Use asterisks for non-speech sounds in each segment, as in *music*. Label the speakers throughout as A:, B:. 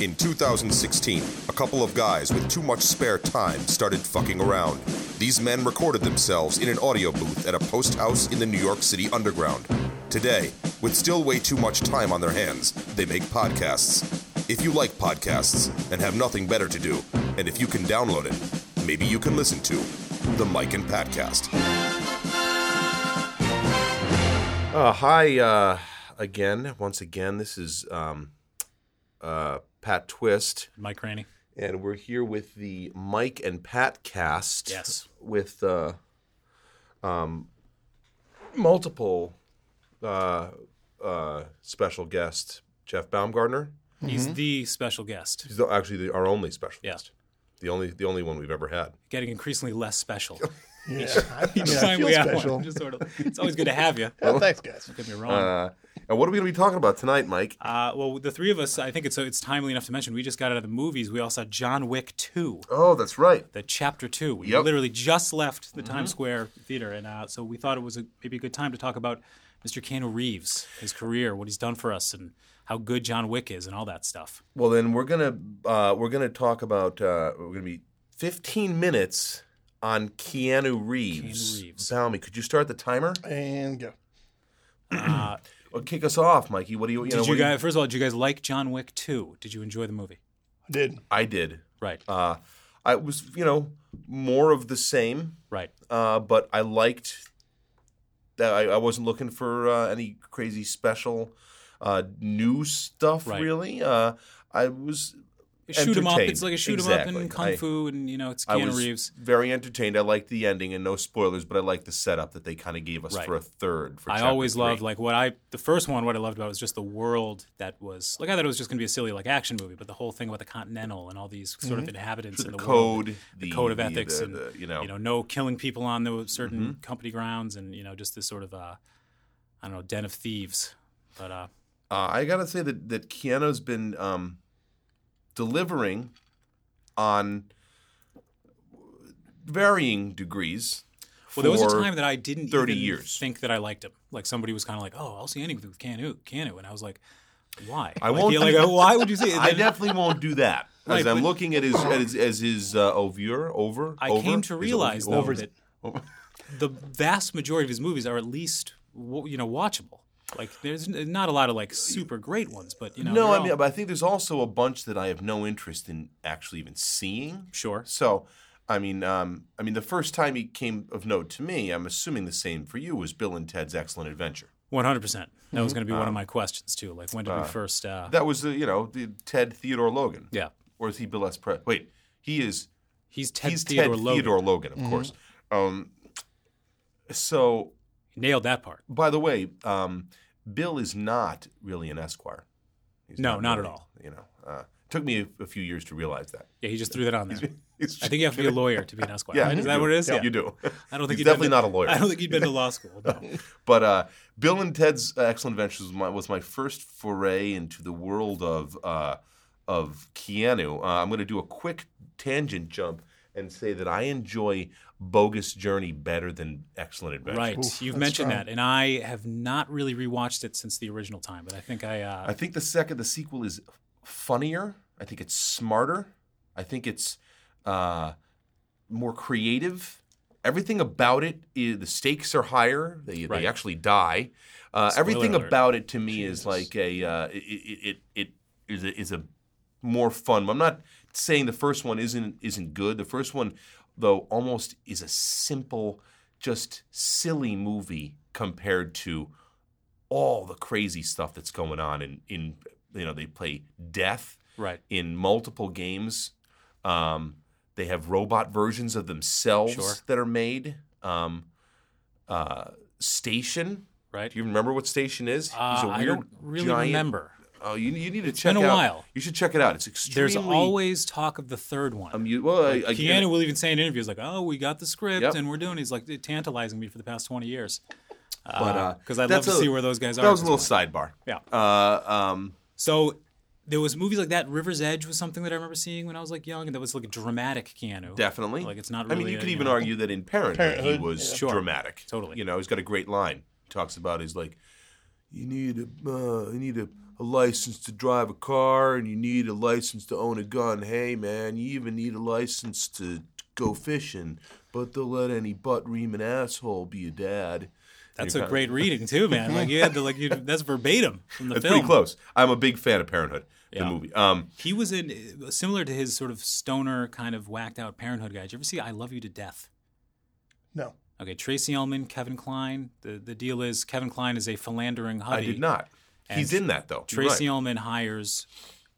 A: In 2016, a couple of guys with too much spare time started fucking around. These men recorded themselves in an audio booth at a post house in the New York City underground. Today, with still way too much time on their hands, they make podcasts. If you like podcasts and have nothing better to do, and if you can download it, maybe you can listen to the Mike and Patcast.
B: Uh, hi uh, again, once again. This is um, uh, Pat Twist,
C: Mike Raney.
B: and we're here with the Mike and Pat cast.
C: Yes.
B: With uh, um, multiple uh, uh, special guest, Jeff Baumgartner.
C: He's the special guest,
B: He's the- actually the, our only special
C: Yeah.
B: guest. The only the only one we've ever had.
C: getting increasingly less special.
D: Yeah, *laughs* I, I mean,
C: Each
D: I
C: time
D: feel
C: we have one,
D: special. Oh.
C: just sort of, it's always good to have you.
D: Well, thanks, guys.
C: Don't get me wrong.
B: Uh, and what are we going to be talking about tonight, Mike?
C: Uh, well, the three of us, I think it's uh, it's timely enough to mention. We just got out of the movies. We all saw John Wick Two,
B: Oh, that's right.
C: the Chapter Two. We
B: Yep.
C: literally just left the Times Square theater, and uh, so we thought it was a, maybe a good time to talk about Mr. Keanu Reeves, his career, what he's done for us, and how good John Wick is, and all that stuff.
B: Well, then we're gonna uh, we're gonna talk about uh, we're gonna be 15 minutes on Keanu Reeves.
C: Keanu Reeves.
B: Salmi, could you start the timer?
D: And go.
B: Or kick us off, Mikey. What do you? you know,
C: Uh, Did
B: what
C: you
B: do
C: guys? First of all, did you guys like John Wick Two? Did you enjoy the movie?
D: I did.
B: I did.
C: Right.
B: Uh, I was you know more of the same,
C: right.
B: uh, but I liked that I, I wasn't looking for uh, any crazy special uh, new stuff
C: Right.
B: really. Uh, I was
C: shoot 'em up.
B: entertained.
C: It's like a shoot 'em up
B: Exactly.
C: and kung
B: I-
C: fu, and you know, it's
B: I
C: Keanu
B: was
C: Reeves.
B: very entertained. I liked the ending and no spoilers, but I liked the setup that they kind of gave us
C: Right.
B: for a third. For
C: I
B: chapter
C: always
B: three.
C: loved like what I the first one. What I loved about was just the world that was like I thought it was just going to be a silly like action movie, but the whole thing about the Continental and all these sort of inhabitants in
B: Mm-hmm. the
C: the
B: code,
C: world, the code of
B: the-
C: ethics,
B: the-
C: and
B: the, you know, Mm-hmm.
C: you know, no killing people on the certain company grounds, and you know, just this sort of uh, I don't know, den of thieves. But uh,
B: Uh, I gotta say that that Keanu's been um, delivering on varying degrees.
C: well, there was
B: for-
C: a time that I didn't
B: 30
C: even
B: years.
C: think that I liked him. Like somebody was kind of like, "Oh, I'll see anything with Canu, Canu," and I was like, "Why?
B: I
C: like,
B: won't
C: you're
B: do
C: Like,
B: that.
C: why would you say?" and
B: I
C: then-
B: definitely won't do that.
C: *laughs* Right,
B: as I'm
C: but-
B: looking at his as, as his uh, ovure, over.
C: I
B: over?
C: came to
B: Is it
C: realize though
B: over?
C: that the vast majority of his movies are at least wa- you know watchable. Like there's n- not a lot of like super great ones, but you know.
B: no,
C: they're
B: I mean,
C: all-
B: but I think there's also a bunch that I have no interest in actually even seeing.
C: sure.
B: So, I mean, um, I mean, the first time he came of note to me, I'm assuming the same for you, was Bill and Ted's Excellent Adventure.
C: One hundred percent. That
B: Mm-hmm.
C: was going to be one of my questions too. Like when did we first? Uh,
B: That was the, you know, the Ted Theodore Logan.
C: yeah,
B: Or is he Bill S. Pre- Wait, he is.
C: he's Ted
B: he's
C: Theodore Logan.
B: Ted
C: Mm-hmm.
B: Theodore Logan, of course. Um, so,
C: Nailed that part.
B: by the way, um, Bill is not really an Esquire. He's
C: No, not at
B: really,
C: all.
B: You know, uh, took me a, a few years to realize that.
C: Yeah, he just threw that on there.
B: It's
C: I think you have
B: *laughs*
C: to be a lawyer to be an esquire.
B: Yeah,
C: right?
B: you
C: is that
B: do.
C: what it is?
B: Yeah,
C: *laughs*
B: you do.
C: I don't think you'd
B: he's
C: have
B: definitely
C: to-
B: not a lawyer.
C: I don't think you'd been to law
B: *laughs*
C: school. No.
B: But uh, Bill and Ted's Excellent Adventures was my, was my first foray into the world of uh, of Keanu. Uh, I'm going to do a quick tangent jump and say that I enjoy Bogus Journey better than Excellent Adventure.
C: Right,
D: Oof,
C: you've
D: that's
C: mentioned
D: strong.
C: that, and I have not really rewatched it since the original time. But I think I, uh,
B: I think the second the sequel is funnier. I think it's smarter. I think it's uh, more creative. Everything about it, i- the stakes are higher. They,
C: Right.
B: they actually die. Uh, everything
C: alert.
B: about it to me is like a uh, it, it, it it is a, is a more fun. I'm not saying the first one isn't isn't good. The first one, though, almost is a simple, just silly movie compared to all the crazy stuff that's going on in, in you know they play death
C: right,
B: in multiple games um, they have robot versions of themselves
C: Sure.
B: that are made um, uh, station
C: right.
B: do you remember what station is
C: Uh, I don't really
B: giant-
C: remember.
B: oh you, you need to check
C: been a
B: out
C: while.
B: you should check it out it's extremely
C: There's always talk of the third one.
B: um, you, well, I- again,
C: Keanu will even say in interviews like, "Oh, we got the script
B: Yep.
C: and we're doing." it." He's like tantalizing me for the past twenty years.
B: but, uh,
C: because I'd love
B: that's
C: to
B: a-
C: see where those guys are.
B: that was a
C: at
B: little
C: this
B: sidebar
C: point. Yeah.
B: uh, um,
C: So there was movies like that. River's Edge was something that I remember seeing when I was like young, and that was like a dramatic Keanu.
B: Definitely.
C: Like, it's not
B: I mean,
C: really
B: you
C: a,
B: could
C: you
B: even
C: know-
B: argue that in Parenthood, he
D: Parenthood,
B: was
D: yeah.
C: Sure.
B: dramatic.
C: Totally.
B: You know, he's got a great line. He talks about he's like, you need a, uh, you need a, a license to drive a car and you need a license to own a gun. Hey, man, you even need a license to go fishing, but they'll let any butt reaming asshole be a dad.
C: That's a
B: You're kind of-
C: great reading too, man. Like you had to like you, that's verbatim from the
B: That's
C: film.
B: pretty close. I'm a big fan of Parenthood, the
C: Yeah.
B: movie. Um,
C: He was in similar to his sort of stoner kind of whacked out Parenthood guy. Did you ever see I Love You to Death?
D: No.
C: Okay, Tracy Ullman, Kevin Klein. The the deal is Kevin Klein is a philandering
B: I
C: hubby.
B: did not. He's
C: And
B: in that though. You're
C: Tracy
B: right.
C: Ullman hires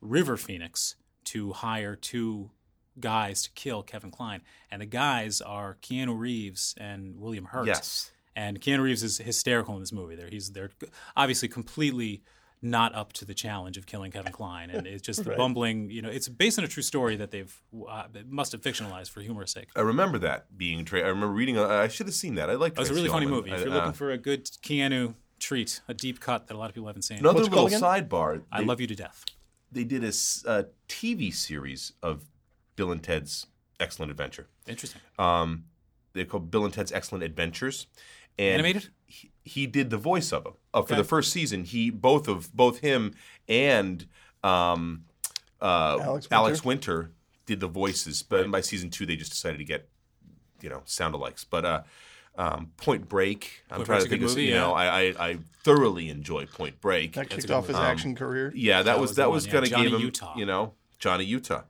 C: River Phoenix to hire two guys to kill Kevin Klein, and the guys are Keanu Reeves and William Hurt.
B: Yes.
C: and Keanu Reeves is hysterical in this movie. There, he's they're obviously completely not up to the challenge of killing Kevin Klein, and it's
B: *laughs*
C: just the bumbling. You know, it's based on a true story that they've uh, it must have fictionalized for humor's sake.
B: I remember that being. Tra- I remember reading. I I should have seen that. I uh, like.
C: It's a really funny movie. If you're looking
B: for
C: for a good Keanu treat, a deep cut that a lot of people haven't seen,
B: another
D: What's it
B: little
D: called
B: sidebar,
C: I
B: they-
C: love you to death.
B: They did a s- a TV series of Bill and Ted's Excellent Adventure.
C: Interesting.
B: Um, they're called Bill and Ted's Excellent Adventures. And
C: Animated?
B: He, he did the voice of them uh, for
C: Okay.
B: the first season. He both of both him and um, uh,
D: Alex
B: Winter did the voices, but by season two they just decided to get you know sound alikes. But uh, um, Point Break, I'm
C: Point
B: trying
C: Break's
B: to
C: a
B: think
C: good
B: of
C: movie,
B: you know I, I I thoroughly enjoy Point Break.
D: That kicked off his
C: Um,
D: action career.
B: yeah, that, was
C: was the
B: that
C: one,
B: was
C: yeah.
B: gonna
C: Johnny
B: give him
C: Utah.
B: you know Johnny Utah.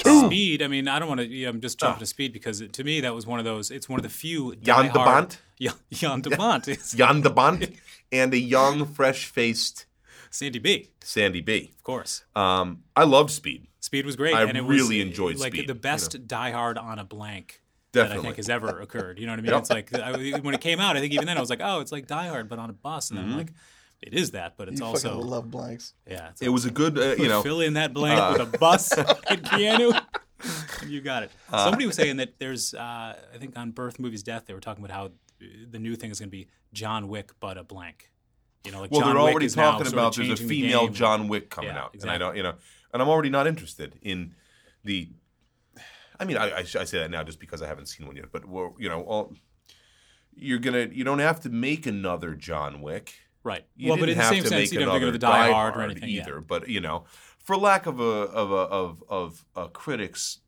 C: Speed. I mean, I don't want to. You know, I'm just jumping to speed because it, to me that was one of those. It's one of the few.
B: Ah. Jan de
C: diehard-
B: Bont?
C: Yeah, *laughs* Jan de Bont. It's
B: Jan de Bont
C: *laughs*
B: and a young, fresh-faced
C: Sandy B.
B: Sandy B.
C: Of course.
B: Um, I loved Speed.
C: Speed was great.
B: I
C: and it
B: really
C: was,
B: enjoyed
C: like
B: Speed,
C: the
B: you
C: best Die Hard on a blank that I
B: Definitely.
C: think has ever occurred. You know what I mean? It's like I, when it came out, I think even then I was like, oh, it's like Die Hard but on a bus, and I'm
B: Mm-hmm.
C: like, it is that, but it's
D: You
C: also
D: fucking love blanks.
C: yeah. It's
B: It
C: like,
B: was a good, uh, you know. uh,
C: fill in that blank with a
B: *laughs*
C: bus and Keanu. and you got it.
B: Uh,
C: Somebody was saying that there's, uh, I think on Birth, Movies, Death, they were talking about how uh, the new thing is going to be John Wick but a blank. You know, like
B: Well,
C: John
B: they're
C: Wick
B: already
C: is now sort
B: talking
C: of
B: about there's a
C: changing the
B: female
C: game.
B: John Wick coming
C: Yeah,
B: out, and I don't, you know, and I'm already not interested in the. I mean, I, I, sh- I say that now just because I haven't seen one yet, but well, you know, all, you're gonna, you don't have to make another John Wick.
C: Right.
B: You
C: well,
B: didn't
C: but in the
B: have
C: same
B: to
C: sense,
B: make
C: you don't have to go
B: another
C: to the Die,
B: Hard
C: Hard or anything yeah.
B: either, but you know, for lack of a of a of of a critic's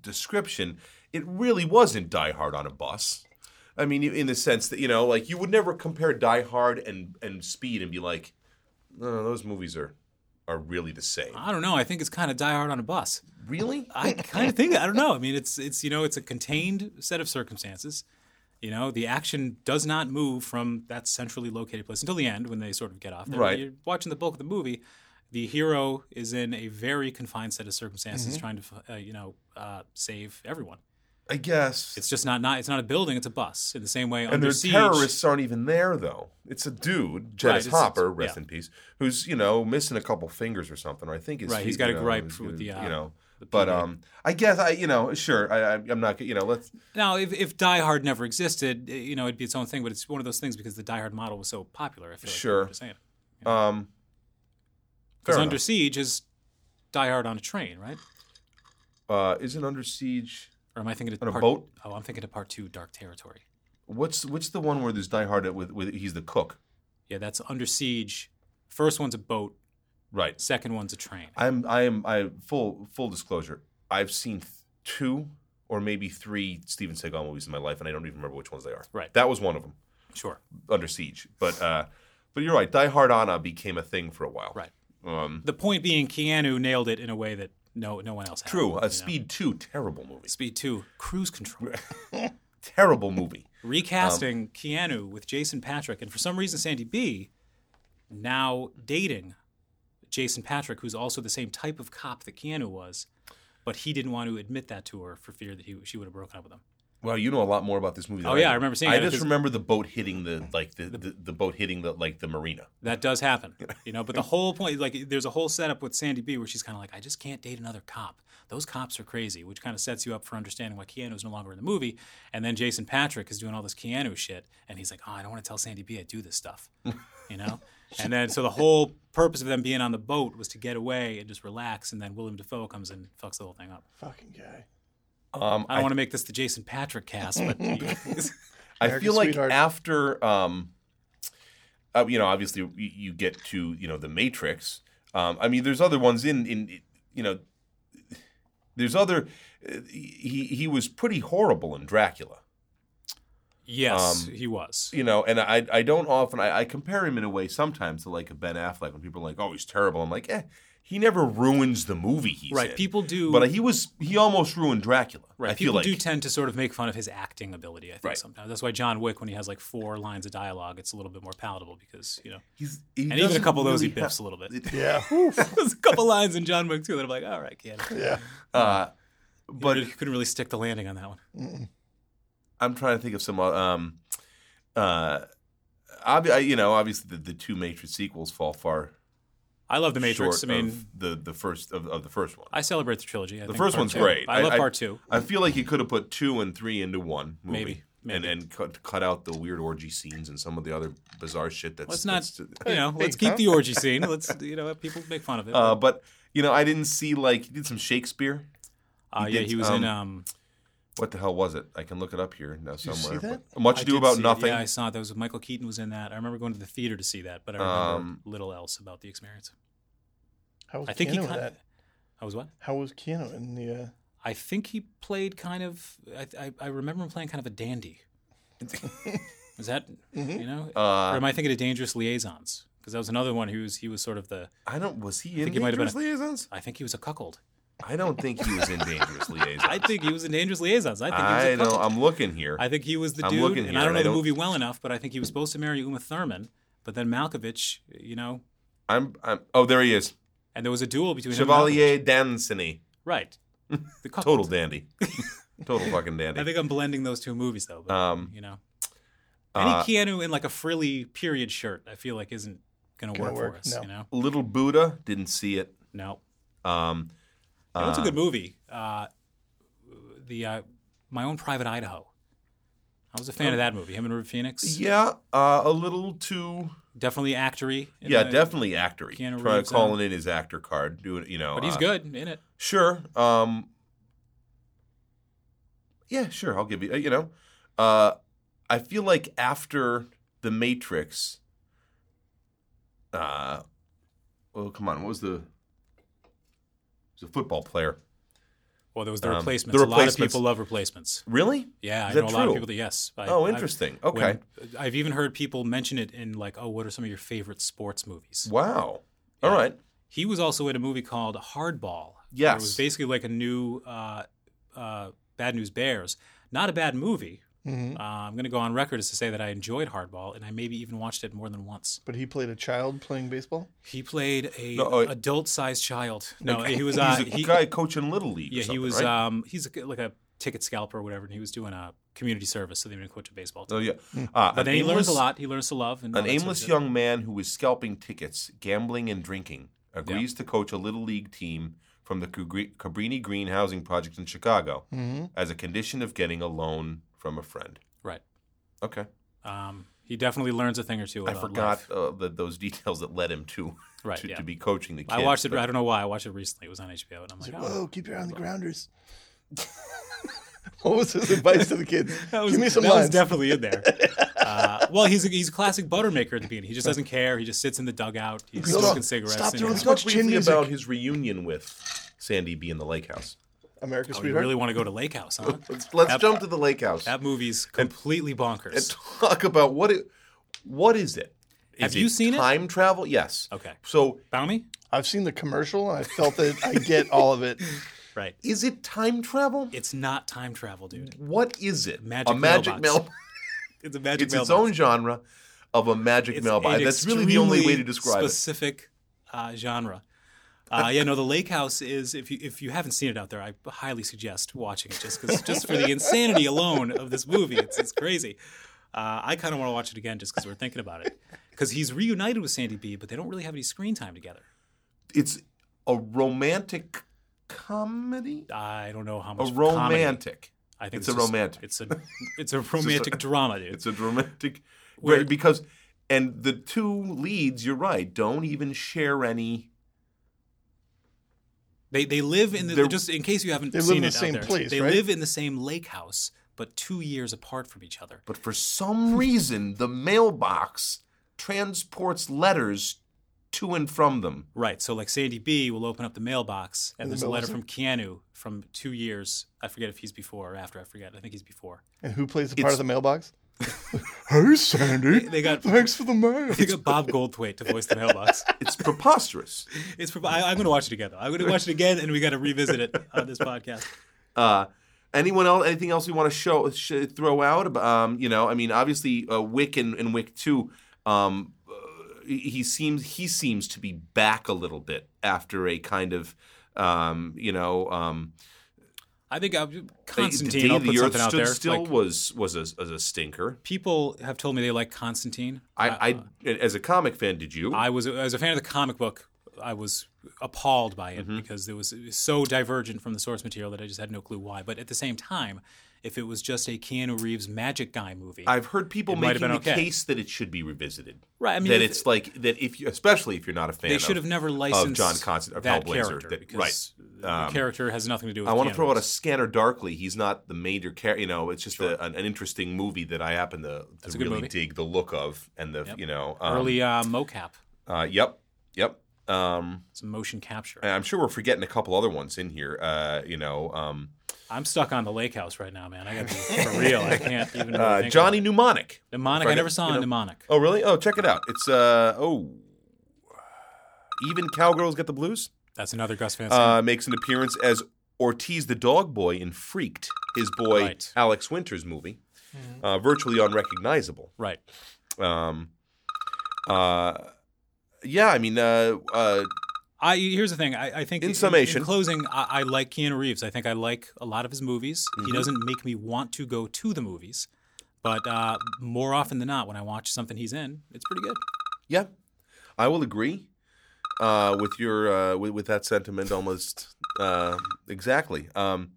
B: description, it really wasn't Die Hard on a bus. I mean, in the sense that you know, like you would never compare Die Hard and and Speed and be like, no, no, those movies are are really the same.
C: I don't know. I think it's kind of Die Hard on a bus.
B: Really?
C: I
B: *laughs*
C: kind of think I don't know. I mean, it's it's you know, it's a contained set of circumstances. You know, the action does not move from that centrally located place until the end when they sort of get off. There.
B: Right.
C: You're watching the bulk of the movie. The hero is in a very confined set of
B: Mm-hmm.
C: circumstances, trying to uh, you know uh, save everyone.
B: I guess.
C: It's just not not it's not a building; it's a bus. In the same way,
B: and
C: under
B: their
C: siege,
B: terrorists aren't even there though. It's a dude,
C: Right,
B: Dennis
C: it's-
B: Hopper,
C: it's-
B: rest
C: yeah.
B: in peace, who's you know missing a couple fingers or something. Or I think his
C: Right, he's
B: feet,
C: got
B: you
C: a
B: know,
C: gripe
B: is
C: with
B: gonna-
C: the, uh,
B: you know. But um, I guess I you know sure I I- I'm not you know let's
C: Now, if, if Die Hard never existed, eh, you know, it'd be its own thing. But it's one of those things because the Die Hard model was so popular. I feel like
B: Sure.
C: I'm just saying.
B: um. fair
C: Because
B: enough.
C: Under Siege is Die Hard on a train, right?
B: uh, isn't under siege.
C: Or am I thinking of
B: On a
C: part,
B: boat?
C: Oh, I'm thinking of part two, Dark Territory.
B: What's what's the one where there's Die Hard with with he's the cook,
C: Yeah, that's Under Siege. First one's a boat.
B: right?
C: Second one's a train.
B: I'm I am I full full disclosure. I've seen th- two or maybe three Steven Seagal movies in my life, and I don't even remember which ones they are.
C: Right.
B: that was one of them.
C: Sure.
B: under siege. But uh, but you're right. Die Hard Anna became a thing for a while.
C: Right.
B: Um,
C: The point being, Keanu nailed it in a way that no no one else had.
B: true.
C: you
B: Uh, Um,
C: know?
B: Speed Two, terrible movie.
C: Speed two, cruise control.
B: *laughs* Terrible movie.
C: Recasting Keanu with Jason Patrick, and for some reason Sandy B, now dating Jason Patrick, who's also the same type of cop that Keanu was, but he didn't want to admit that to her for fear that he she would have broken up with him.
B: Well, you know a lot more about this movie. than
C: Oh,
B: I
C: yeah,
B: do.
C: I remember seeing
B: I
C: it. It
B: just
C: was-
B: remember the boat hitting the like the, the, the boat hitting the like the marina.
C: That does happen, you know. But the whole point, like, there's a whole setup with Sandy B where she's kind of like, I just can't date another cop. Those cops are crazy, which kind of sets you up for understanding why Keanu's no longer in the movie. And then Jason Patrick is doing all this Keanu shit, and he's like, Oh, I don't want to tell Sandy B I do this stuff, you know. and then so the whole purpose of them being on the boat was to get away and just relax. And then William Defoe comes and fucks the whole thing up.
D: Fucking guy.
B: Um,
C: I don't want to make this the Jason Patrick cast, but
B: I
D: American
B: feel like
D: Sweetheart.
B: after um, uh, you know, obviously you, you get to you know the Matrix. Um, I mean, there's other ones in in you know, there's other. uh, He he was pretty horrible in Dracula.
C: Yes,
B: Um,
C: he was.
B: You know, and I I don't often I, I compare him in a way sometimes to like a Ben Affleck when people are like, oh, he's terrible. I'm like, eh, he never ruins the movie he's
C: Right.
B: in.
C: People do.
B: but he was he almost ruined Dracula.
C: Right.
B: I feel
C: People
B: like
C: do tend to sort of make fun of his acting ability, I think,
B: Right.
C: sometimes. That's why John Wick, when he has like four lines of dialogue, it's a little bit more palatable because, you know.
B: he's he
C: And even a
B: doesn't
C: couple of those he
B: really
C: biffs
B: have-
C: a little bit.
D: Yeah. Oof.
C: *laughs* There's a couple lines in John Wick, too, that I'm like, all right, kid.
D: yeah.
B: Uh,
C: But
B: but
C: you couldn't really stick the landing on that one.
B: I'm trying to think of some. uh, Um, uh, obvi- I- you know, obviously the, the two Matrix sequels fall far
C: I love The Matrix.
B: short
C: I mean,
B: of the the first of, of the first one.
C: I celebrate the trilogy. I
B: the
C: think
B: first
C: part
B: one's
C: two.
B: great.
C: I love part two.
B: I feel like you could have put two and three into one movie.
C: Maybe, maybe.
B: And and cut, cut out the weird orgy scenes and some of the other bizarre shit. That's
C: Let's not,
B: that's-
C: you know, let's keep the orgy scene. Let's, *laughs* you know, people make fun of it.
B: uh, but you know, I didn't see like he did some Shakespeare.
C: Uh,
B: he
C: yeah,
B: did,
C: he was in. Um,
B: What the hell was it? I can look it up here now
D: you see
B: somewhere.
D: that?
B: but Much
C: I
B: Ado
C: did
B: About
C: see it.
B: Nothing.
C: Yeah, I saw it. That was Michael Keaton was in that. I remember going to the theater to see that, but I remember
B: Um,
C: little else about the experience.
D: How was
C: I think
D: Keanu
C: he
D: in
C: kind
D: that?
C: I was what?
D: How was Keanu in the? Uh,
C: I think he played kind of. I I, I remember him playing kind of a
B: *laughs*
C: dandy. Is that you know?
B: Uh,
C: or am I thinking of Dangerous Liaisons? Because that was another one who was he was sort of the.
B: I don't. Was he in
C: think he might have been
B: Dangerous Liaisons?
C: I think he was a cuckold.
B: I don't think he was
C: *laughs*
B: in Dangerous Liaisons.
C: I think he was in Dangerous Liaisons. I think he
B: I
C: was a
B: know.
C: cuckold.
B: I'm looking here.
C: I think he was the
B: I'm
C: dude,
B: looking
C: and
B: here
C: I don't
B: and
C: know
B: I
C: the
B: don't-
C: movie well enough, but I think he was supposed to marry Uma Thurman, but then Malkovich, you know,
B: I'm, I'm. Oh, there he is,
C: and there was a duel between him and Malkovich.
B: Chevalier Danceny. *laughs*
C: Right. The cuckold.
B: Total
C: *laughs*
B: dandy. Total fucking dandy.
C: I think I'm blending those two movies though. But,
B: Um,
C: you know, any
B: Uh,
C: Keanu in like a frilly period shirt, I feel like isn't gonna,
D: Gonna
C: work,
D: work,
C: for us.
D: no.
C: You know,
B: Little Buddha didn't see it.
C: no,
B: Um,
C: no it's a
B: uh,
C: good movie. Uh, the uh, My Own Private Idaho. I was a
B: Oh.
C: fan of that movie. Him and River Phoenix,
B: Yeah, uh, a little too.
C: definitely actory. in
B: Yeah,
C: the-
B: definitely actory.
C: Keanu
B: Try
C: Reeves, uh,
B: calling in his actor card. Doing, you know.
C: But he's
B: uh,
C: good in it.
B: Sure. Um, yeah, sure. I'll give you. uh, You know, uh, I feel like after the Matrix. Uh, oh come on! What was the? He was a football player.
C: Well, there was the
B: um,
C: replacements.
B: The
C: A lot of
B: Replacements.
C: people love replacements.
B: Really?
C: Yeah,
B: Is
C: I
B: that
C: know a lot of
B: true?
C: people that yes. I,
B: oh,
C: I've-
B: interesting. okay.
C: when- I've even heard people mention it in like, oh, what are some of your favorite sports movies?
B: wow. All right.
C: He was also in a movie called Hardball. It
B: Yes.
C: was basically like a new uh, uh, Bad News Bears. Not a bad movie.
B: Mm-hmm.
C: Uh, I'm going to go on record as to say that I enjoyed Hardball, and I maybe even watched it more than once.
D: but he played a child playing baseball.
C: He played a
B: No, oh, it-
C: adult-sized child. No, he was.
B: He's
C: Uh,
B: a
C: he,
B: guy coaching little league. or
C: yeah, he
B: something,
C: was.
B: right?
C: Um, he's a, like a ticket scalper or whatever, and he was doing a community service, so they didn't coach a baseball team.
B: oh yeah. Uh,
C: But
B: an
C: then he learns a
B: aimless-
C: lot. He learns to love. And all
B: An
C: that sort of
B: aimless
C: shit.
B: young man who is scalping tickets, gambling, and drinking agrees to coach a little league team from the Cabri- Cabrini Green Housing Project in Chicago as a condition of getting a loan from a friend.
C: Right.
B: Okay,
C: Um, he definitely learns a thing or two.
B: I
C: About
B: forgot
C: life.
B: uh, the, those details that led him to
C: Right,
B: to,
C: yeah.
B: to be coaching the. Kids,
C: I watched it.
B: but-
C: I don't know why. I watched it recently. It was on HBO, and I'm like, oh,
D: Whoa, keep your eye on the grounders. *laughs* what was his advice to the kids?
C: *laughs* That was,
D: Give me some
C: that was
D: lines.
C: definitely in
D: *laughs*
C: there. Uh, well, he's a, he's a classic buttermaker at the beginning. He just doesn't care. He just sits in the dugout. He's
D: Stop.
C: smoking cigarettes.
D: Stop
C: and,
D: doing
C: you know,
D: so much
B: Talk
D: chin
B: briefly
D: music.
B: about his reunion with Sandy B in the Lake House.
D: America's
C: oh, you
D: sweetheart.
C: really want to go to Lake House, huh?
B: Let's, let's
C: That-
B: jump to the Lake House
C: that movie's completely
B: and
C: bonkers.
B: talk about what it. What is it? Is
C: Have you seen it?
B: Time travel? Yes.
C: Okay.
B: So
C: Bounty?
D: I've seen the commercial and I felt that I get all
C: *laughs*
D: of it.
C: Right.
B: Is it time travel?
C: It's not time travel, dude.
B: What is it?
C: Magic
B: a magic
C: mailbox.
B: mailbox.
C: It's a magic
B: It's its own genre of a magic
C: It's
B: mailbox.
C: an
B: That's really the only way to
C: extremely
B: describe
C: specific, uh, genre. Uh, yeah, no, the Lake House is if you if you haven't seen it out there, I highly suggest watching it just 'cause- just for the insanity alone of this movie, it's it's crazy. Uh, I kind of want to watch it again just because we're thinking about it because he's reunited with Sandy B, but they don't really have any screen time together.
B: it. It's a romantic comedy.
C: I don't know how much
B: A
C: comedy-
B: romantic.
C: I think
B: it's a
C: just-
B: romantic.
C: It's a it's
B: *laughs*
C: a romantic drama, dude.
B: It's a romantic.
C: *laughs* Where-
B: Right, because and the two leads, you're right, don't even share any.
C: They they live in the
B: They're-
C: just in case you haven't
D: They live
C: seen
D: in the
C: it out
D: same
C: there,
D: place,
C: They
D: right?
C: live in the same lake house, but two years apart from each other. *laughs*
B: But for some reason, the mailbox transports letters to and from them.
C: Right. So like Sandy B will open up the mailbox and
D: the
C: there's a letter
D: mailbox?
C: from Keanu from two years. I forget if he's before or after. I forget. I think he's
D: *laughs*
C: before.
D: And who plays the part
B: It's-
D: of the mailbox?
C: *laughs*
D: hey, Sandy.
C: They got-
D: thanks for the mail.
C: They got Bob Goldthwait to voice the mailbox.
B: It's preposterous.
C: It's. prob- I, I'm going to watch it again though. I'm going to watch it again and we got to revisit it on this podcast.
B: Uh, anyone else? Anything else you want to show sh- throw out? Um, you know, I mean, obviously, uh, Wick and, and Wick Two. Um, uh, he he seems he seems to be back a little bit after a kind of, um, you know, um,
C: I think uh,
B: the
C: Constantine.
B: day
C: I'll
B: the
C: put
B: earth
C: something out
B: stood
C: there.
B: still
C: Like,
B: was was a, was a stinker.
C: people have told me they like Constantine.
B: I, I as a comic fan, did you?
C: Uh, I was as a fan of the comic book, I was appalled by it
B: Mm-hmm.
C: because it was, it was so divergent from the source material that I just had no clue why. But at the same time, if it was just a Keanu Reeves magic guy movie,
B: I've heard people
C: It might
B: making
C: have
B: the
C: been okay.
B: case that it should be revisited.
C: Right, I mean,
B: that
C: if-
B: it's like that if you, especially if you're not a fan.
C: they
B: of-
C: should have never licensed
B: of John Constant of
C: that
B: Hellblazer.
C: character
B: that-
C: because
B: right.
C: the
B: Um,
C: character has nothing to do with.
B: I want to
C: Keanu
B: throw out a
C: Reeves.
B: Scanner Darkly. He's not the major character. You know, it's just a, an, an interesting movie that I happen to, to
C: a good
B: really
C: movie.
B: dig the look of and the you know um,
C: early uh, mocap,
B: Uh, yep, yep. Um,
C: some motion capture.
B: and I'm sure we're forgetting a couple other ones in here. Uh, you know, um,
C: I'm stuck on the lake house right now, man. I got to be for real. I can't
B: *laughs*
C: even. Really
B: uh,
C: think of
B: Johnny
C: it.
B: Mnemonic.
C: mnemonic. I never saw
B: you know-
C: a mnemonic.
B: Oh, really? Oh, check it out. It's uh oh, even cowgirls get the blues.
C: That's another Gus Van Sant.
B: Uh, makes an appearance as Ortiz the dog boy in Freaked, his boy
C: Right. Mm-hmm.
B: Alex Winter's movie, uh, virtually unrecognizable.
C: right.
B: Um, uh, yeah, I mean, uh, uh,
C: I here's the thing. I, I think
B: In summation-
C: in closing, I, I like Keanu Reeves. I think I like a lot of his movies.
B: Mm-hmm.
C: He doesn't make me want to go to the movies, but uh, more often than not, when I watch something he's in, it's pretty good.
B: yeah, I will agree uh, with your uh, with, with that sentiment almost uh, exactly. Um,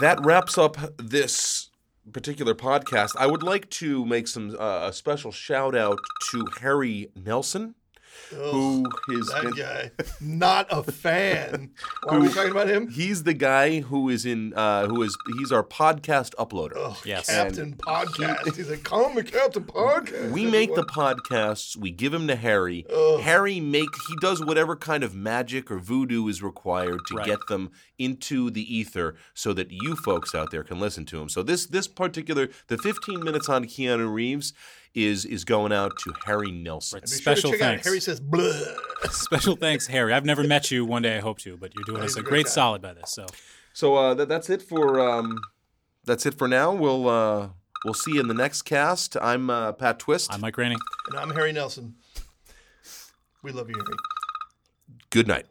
B: that wraps up this particular podcast. I would like to make some uh, a special shout out to Harry Nelson, who is
D: That
B: been-
D: guy, not a fan. Why are we talking about him?
B: He's the guy who is in uh, who is he's our podcast uploader.
D: Oh,
C: Yes.
D: Captain Podcast. He's like, call me Captain Podcast.
B: We make the podcasts. We give them to Harry. Harry make he does whatever kind of magic or voodoo is required to
C: Right.
B: get them into the ether, so that you folks out there can listen to him. So this this particular the 15 minutes on Keanu Reeves is is going out to Harry Nelson.
C: Right.
D: Be sure to
C: Special
D: check out
C: thanks.
D: Harry says, "Bleh."
C: Special thanks, Harry. I've never met you. One day I hope to, but you're doing us a
D: a good
C: great
D: guy.
C: solid by this. So
B: So uh, that that's it for um, that's it for now. We'll uh, we'll see you in the next cast. I'm uh, Pat Twist.
C: I'm Mike Rainey.
D: And I'm Harry Nelson. We love you, Harry.
B: Good night.